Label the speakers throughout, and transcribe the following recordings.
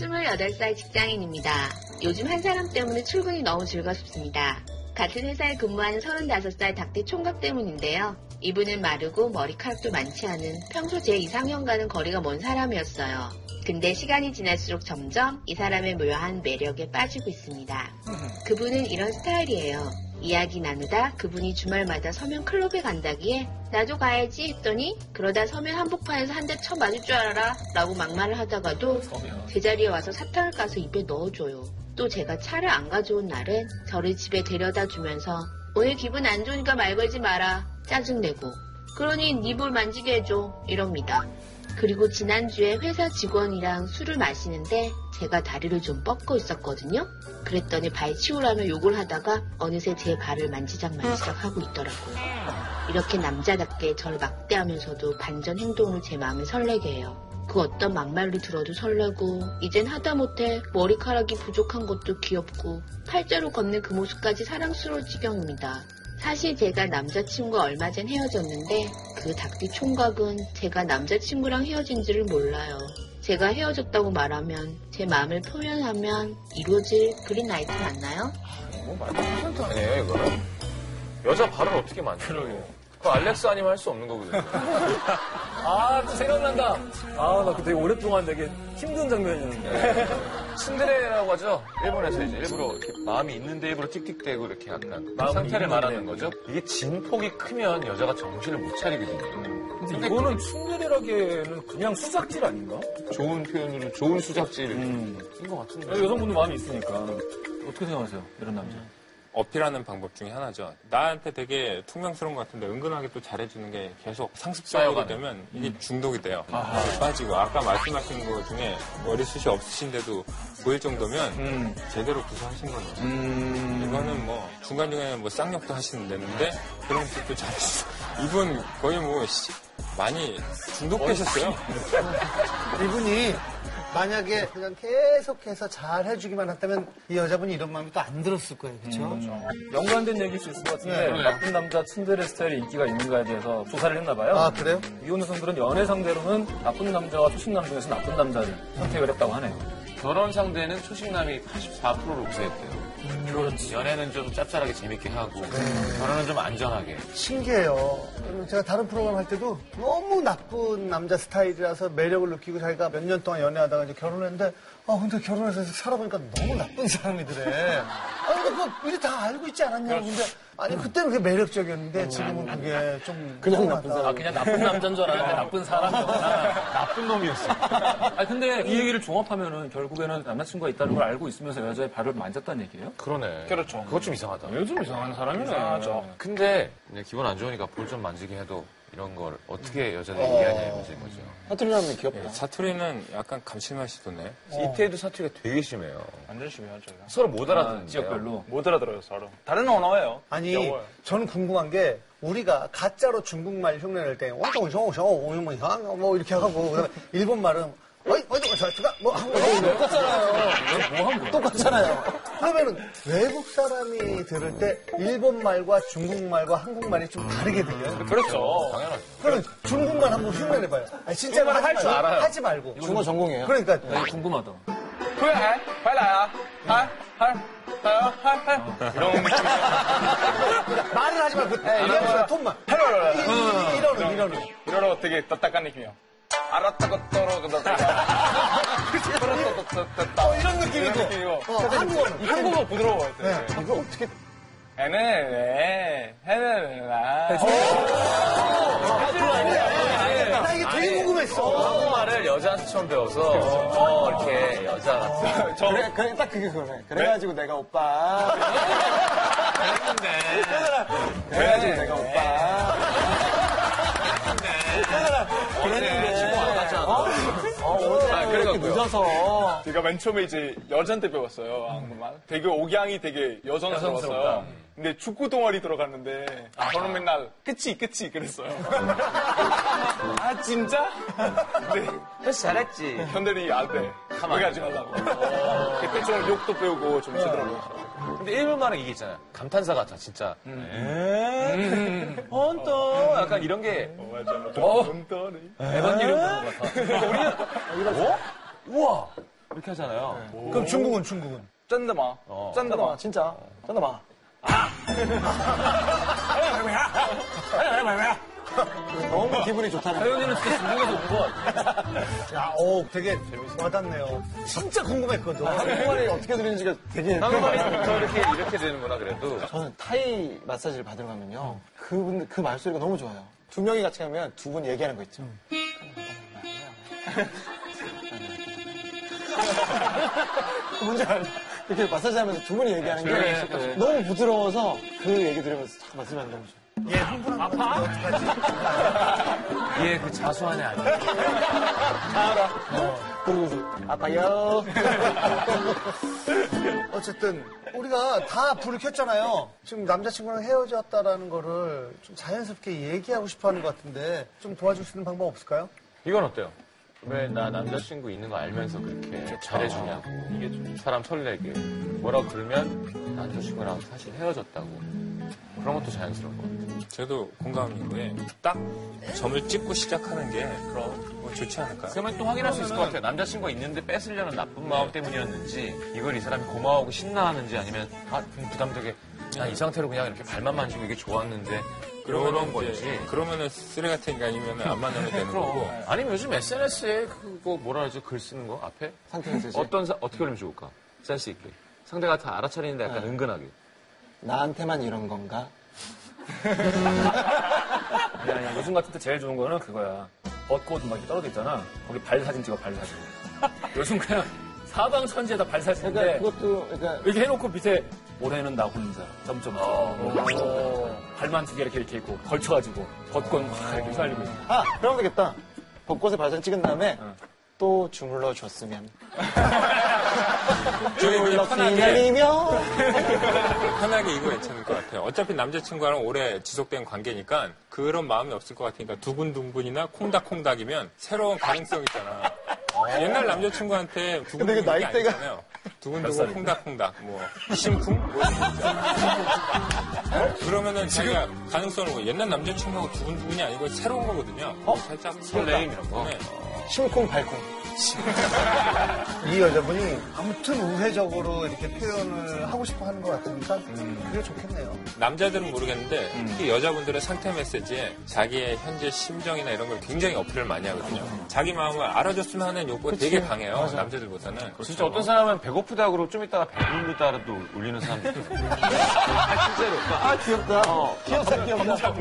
Speaker 1: 28살 직장인입니다. 요즘 한 사람 때문에 출근이 너무 즐거습니다. 같은 회사에 근무하는 35살 닭띠 총각 때문인데요. 이분은 마르고 머리카락도 많지 않은 평소 제 이상형과는 거리가 먼 사람이었어요. 근데 시간이 지날수록 점점 이 사람의 묘한 매력에 빠지고 있습니다. 그분은 이런 스타일이에요. 이야기 나누다 그분이 주말마다 서면 클럽에 간다기에 나도 가야지 했더니 그러다 서면 한복판에서 한 대 쳐 맞을 줄 알아라 라고 막말을 하다가도
Speaker 2: 서면.
Speaker 1: 제자리에 와서 사탕을 까서 입에 넣어줘요. 또 제가 차를 안 가져온 날은 저를 집에 데려다 주면서 오늘 기분 안 좋으니까 말 걸지 마라 짜증내고 그러니 네 볼 만지게 해줘 이럽니다. 그리고 지난주에 회사 직원이랑 술을 마시는데 제가 다리를 좀 뻗고 있었거든요. 그랬더니 발 치우라며 욕을 하다가 어느새 제 발을 만지작 만지작 하고 있더라고요. 이렇게 남자답게 저를 막대하면서도 반전 행동을 제 마음을 설레게 해요. 그 어떤 막말로 들어도 설레고 이젠 하다못해 머리카락이 부족한 것도 귀엽고 팔자로 걷는 그 모습까지 사랑스러울 지경입니다. 사실 제가 남자친구와 얼마 전 헤어졌는데 그 닭띠 총각은 제가 남자친구랑 헤어진 줄을 몰라요. 제가 헤어졌다고 말하면 제 마음을 표현하면 이루어질 그린라이트 맞나요?
Speaker 2: 뭐 말도 안 되는 아니에요 이거는. 여자 발을 어떻게 만져? 그 알렉스 아니면 할 수 없는 거거든요.
Speaker 3: 아, 또 생각난다. 아, 나 그때 오랫동안 되게 힘든 장면이었는데.
Speaker 2: 츤데레라고 하죠. 일본에서 이제 일부러 이렇게 마음이 있는데 일부러 틱틱대고 이렇게 약간 그
Speaker 3: 마음이 있는데.
Speaker 2: 상태를 말하는 거죠. 이게 진폭이 크면 여자가 정신을 못 차리거든요.
Speaker 4: 근데 이거는 츤데레라기에는 그냥 수작질 아닌가?
Speaker 2: 좋은 표현으로 좋은 수작질인 것 같은데.
Speaker 3: 음. 네, 여성분도 마음이 있으니까. 어떻게 생각하세요? 이런 남자.
Speaker 5: 어필하는 방법 중에 하나죠. 나한테 되게 퉁명스러운 것 같은데 은근하게 또 잘해주는 게 계속
Speaker 2: 쌓여가는.
Speaker 5: 상습적으로 되면 이게 중독이 돼요. 네, 빠지고 아까 말씀하신 것 중에 머리숱이 없으신데도 보일 정도면 제대로 구사하신 거죠. 이거는 뭐 중간중간에 뭐 쌍욕도 하시는데 그런 것도 잘했어. 이분 거의 뭐 시- 많이 중독되셨어요.
Speaker 6: 이분이 만약에 그냥 계속해서 잘 해주기만 했다면 이 여자분이 이런 마음이 또 안 들었을 거예요. 그렇죠?
Speaker 3: 어, 연관된 얘기일 수 있을 것
Speaker 4: 네,
Speaker 3: 같은데, 나쁜 남자 츤데레 스타일이 인기가 있는가에 대해서 조사를 했나봐요. 음.
Speaker 6: 아 그래요?
Speaker 3: 이혼 여성들은 연애 상대로는 나쁜 남자와 초신남 중에서 나쁜 남자를 선택을 했다고 하네요.
Speaker 2: 결혼 상대는 초식남이 84%를 우세했대요. 그렇지. 연애는 좀 짭짤하게 재밌게 하고
Speaker 3: 네.
Speaker 2: 결혼은 좀 안전하게.
Speaker 6: 신기해요. 그리고 제가 다른 프로그램 할 때도 너무 나쁜 남자 스타일이라서 매력을 느끼고 자기가 몇 년 동안 연애하다가 이제 결혼했는데 아 근데 결혼해서 살아보니까 너무 나쁜 사람이더래. 아니 근데 그거 우리 다 알고 있지 않았냐고 근데 아니 그때는 그게 매력적이었는데 지금은 그게 좀
Speaker 4: 어,
Speaker 6: 그냥 나쁜 사람.
Speaker 3: 아, 그냥 나쁜 남자인 줄 알았는데 나쁜 사람이었구나. 나쁜 놈이었어. 아 근데 이 얘기를 종합하면은 결국에는 남자친구가 있다는 걸 알고 있으면서 여자의 발을 만졌다는 얘기예요?
Speaker 2: 그러네. 그렇죠. 그것 좀 이상하다.
Speaker 4: 요즘 이상한 사람이네. 어, 이상하죠.
Speaker 2: 근데 그냥 기분 안 좋으니까 볼 좀 만지게 해도 이런 걸 어떻게 여자들이 이해하냐의 문제인 거죠.
Speaker 5: 예, 사투리는 약간 감칠맛이 도네.
Speaker 2: 이태리도 사투리가 되게 심해요.
Speaker 4: 완전 심해요, 저희가.
Speaker 2: 서로 못 알아듣는
Speaker 3: 지역별로.
Speaker 4: 못 알아들어요, 서로. 다른 언어예요.
Speaker 6: 아니,
Speaker 4: 영어예요.
Speaker 6: 저는 궁금한 게 우리가 가짜로 중국말 흉내낼 때 와동쇼쇼 오뭐뭐 이렇게 하고 그다음에 일본 말은 어이 어이 저가 뭐 한국 똑같잖아요. 똑같잖아요. 그러면은 외국 사람이 들을 때 일본 말과 중국 말과 한국 말이 좀 다르게 들려요.
Speaker 4: 그렇죠.
Speaker 2: 당연하죠.
Speaker 6: 그러면 중국말 한번 흉내내봐요. 아니 진짜
Speaker 4: 중국말 할줄 알아요.
Speaker 6: 하지 말고.
Speaker 4: 중어 전공이에요.
Speaker 6: 그러니까
Speaker 3: 나 이거 궁금하다.
Speaker 4: 回来，回来啊！嗨嗨嗨啊嗨嗨！
Speaker 6: 말을 하지 말고 이러면서 톤만. 이러는 이러는 이러는.
Speaker 4: いろいろ되게딱딱한느낌이야 알았다고 떨어졌다. 떨어졌다.
Speaker 6: 이런 느낌이고. 어, 한국어는
Speaker 4: 한국어 부드러워요.
Speaker 6: 네. 이거 어떻게
Speaker 4: 해는 왜? 해는 왜?
Speaker 6: 나 이게 되게 궁금했어.
Speaker 2: 한국말을 여자한테 처음 배워서 어, 이렇게 여자 같은
Speaker 4: 저
Speaker 6: 그래, 딱 그게 그거네. 그래가지고 내가 오빠.
Speaker 4: 그래가지고 내가 오빠.
Speaker 2: 친구 안 네. 같지 않아?
Speaker 6: 어?
Speaker 2: 아, 그래갖고요.
Speaker 4: 제가 그러니까 맨 처음에 이제 여자한테 배웠어요
Speaker 5: 음.
Speaker 4: 한국말. 되게 억양이 되게 여성스러웠어요. 근데 축구 동아리 들어갔는데 저는 맨날 그치 그치 그랬어요. 아 진짜? 네.
Speaker 2: 잘했지.
Speaker 4: 현대리 안돼 네. 가만히 하지 말라고.
Speaker 5: 어.
Speaker 4: 그때 좀 욕도 배우고 좀 제대로 배웠어요.
Speaker 2: 근데 일본말은 이게 있잖아. 요 감탄사 같아, 진짜. 에? 헌터. 약간 이런 게.
Speaker 4: 맞아. 어?
Speaker 2: 에반 이름 같아. 우리는. 어? 우와! 이렇게 하잖아요.
Speaker 6: 그럼 중국은 중국은?
Speaker 4: 짠다마. 짠다마.
Speaker 7: 진짜. 짠다 봐.
Speaker 5: 너무 기분이 좋다는 거예요.
Speaker 3: 태연이는 진짜 중국에서 온 것 같아.
Speaker 6: 야, 오, 되게 와닿네요. 진짜 궁금했거든.
Speaker 4: 아,
Speaker 7: 한국말이 어떻게 들리는지가 되게.
Speaker 2: 한국말이부터 이렇게 이렇게 되는구나 그래도.
Speaker 7: 저는 타이 마사지를 받으러 가면요. 그분, 그 말소리가 너무 좋아요. 두 명이 같이 가면 두 분 얘기하는 거 있죠. 그 뭔지 알죠? 이렇게 마사지 하면서 두 분이 얘기하는 게
Speaker 3: 그래, 그래.
Speaker 7: 너무 부드러워서 그 얘기 들으면서 딱 마사지하면 너무 좋아요.
Speaker 6: 얘 흥분한 거 어떡하지?
Speaker 3: 얘그 자수한애 아니야.
Speaker 7: 어. 그러면서, 아빠요.
Speaker 6: 어쨌든 우리가 다 불을 켰잖아요. 지금 남자친구랑 헤어졌다라는 거를 좀 자연스럽게 얘기하고 싶어하는 것 같은데 좀 도와줄 수 있는 방법 없을까요?
Speaker 2: 이건 어때요? 왜 나 남자친구 있는 거 알면서 그렇게 잘해주냐고 사람 설레게 뭐라고 그러면 남자친구랑 사실 헤어졌다고 그런 것도 자연스러운 것 같아요
Speaker 5: 저도 공감이고요. 딱 점을 찍고 시작하는 게 뭐 좋지 않을까.
Speaker 2: 그러면 또 확인할 수 있을 것 같아요 남자친구가 있는데 뺏으려는 나쁜 마음 때문이었는지 이걸 이 사람이 고마워하고 신나하는지 아니면 아 그럼 부담되게 난 이 상태로 그냥 이렇게 발만 만지고 이게 좋았는데 그런
Speaker 5: 이제
Speaker 2: 건지
Speaker 5: 그러면은 쓰레기가 아니면 안 만나면 되는
Speaker 2: 예, 그럼
Speaker 5: 거고.
Speaker 2: 아니면 요즘 SNS에 그거 뭐라 그러죠 글 쓰는 거 앞에
Speaker 7: 상태 메시지.
Speaker 2: 어떤 사- 어떻게 하면 좋을까 센스 있게 상대가 다 알아차리는데 약간 은근하게
Speaker 7: 나한테만 이런 건가?
Speaker 3: 아니, 아니, 요즘 같은 때 제일 좋은 거는 그거야. 벚꽃 막 이렇게 떨어져 있잖아. 거기 발 사진 찍어, 발 사진. 요즘 그냥 사방 천지에다 발
Speaker 7: 그러니까
Speaker 3: 사진인데
Speaker 7: 그것도, 그러니까
Speaker 3: 이렇게 해놓고 밑에 올해는 나 혼자 점점
Speaker 7: 어.
Speaker 3: 발만 두 개 이렇게 이렇게 있고 걸쳐가지고 벚꽃 막 이렇게 살리고 있어.
Speaker 7: 아, 그러면 되겠다. 벚꽃에 발사진 찍은 다음에 또 주물러 줬으면. 주물러 기다리며.
Speaker 5: 편하게 이거 괜찮을 것 같아요. 어차피 남자친구랑 오래 지속된 관계니까 그런 마음이 없을 것 같으니까 두근두근이나 콩닥콩닥이면 새로운 가능성 있잖아.
Speaker 2: 어.
Speaker 5: 옛날 남자친구한테
Speaker 7: 근데
Speaker 5: 두근두근
Speaker 7: 이게
Speaker 5: 나이
Speaker 7: 나이대가-
Speaker 5: 아니잖아요. 두근두근 콩닥콩닥 뭐 심쿵 뭐 이런 거 있잖아. 어? 그러면은 자기가 가능성을 보고 옛날 남자친구하고 두근두근이 아니고 새로운 거거든요. 살짝
Speaker 2: 어? 설레임 이런 거?
Speaker 5: 네.
Speaker 7: 심쿵 발쿵.
Speaker 6: 이 여자분이 아무튼 우회적으로 이렇게 표현을 하고 싶어 하는 것 같으니까 그게 좋겠네요.
Speaker 5: 남자들은 모르겠는데 특히 여자분들의 상태 메시지에 자기의 현재 심정이나 이런 걸 굉장히 어필을 많이 하거든요. 자기 마음을 알아줬으면 하는 욕구가 되게 강해요. 남자들보다는.
Speaker 2: 진짜 어떤 사람은 배고프다고 좀 이따가 배부르다라도 울리는 사람도 있어요.
Speaker 7: 아, 귀엽다. 귀엽다, 귀엽다.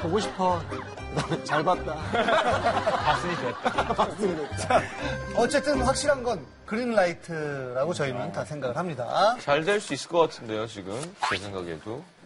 Speaker 7: 보고 싶어. 너잘 봤다.
Speaker 3: 봤으니 됐다.
Speaker 6: 어쨌든 확실한 건 그린라이트라고 저희는 다 생각을 합니다.
Speaker 2: 잘 될 수 있을 것 같은데요, 지금. 제 생각에도.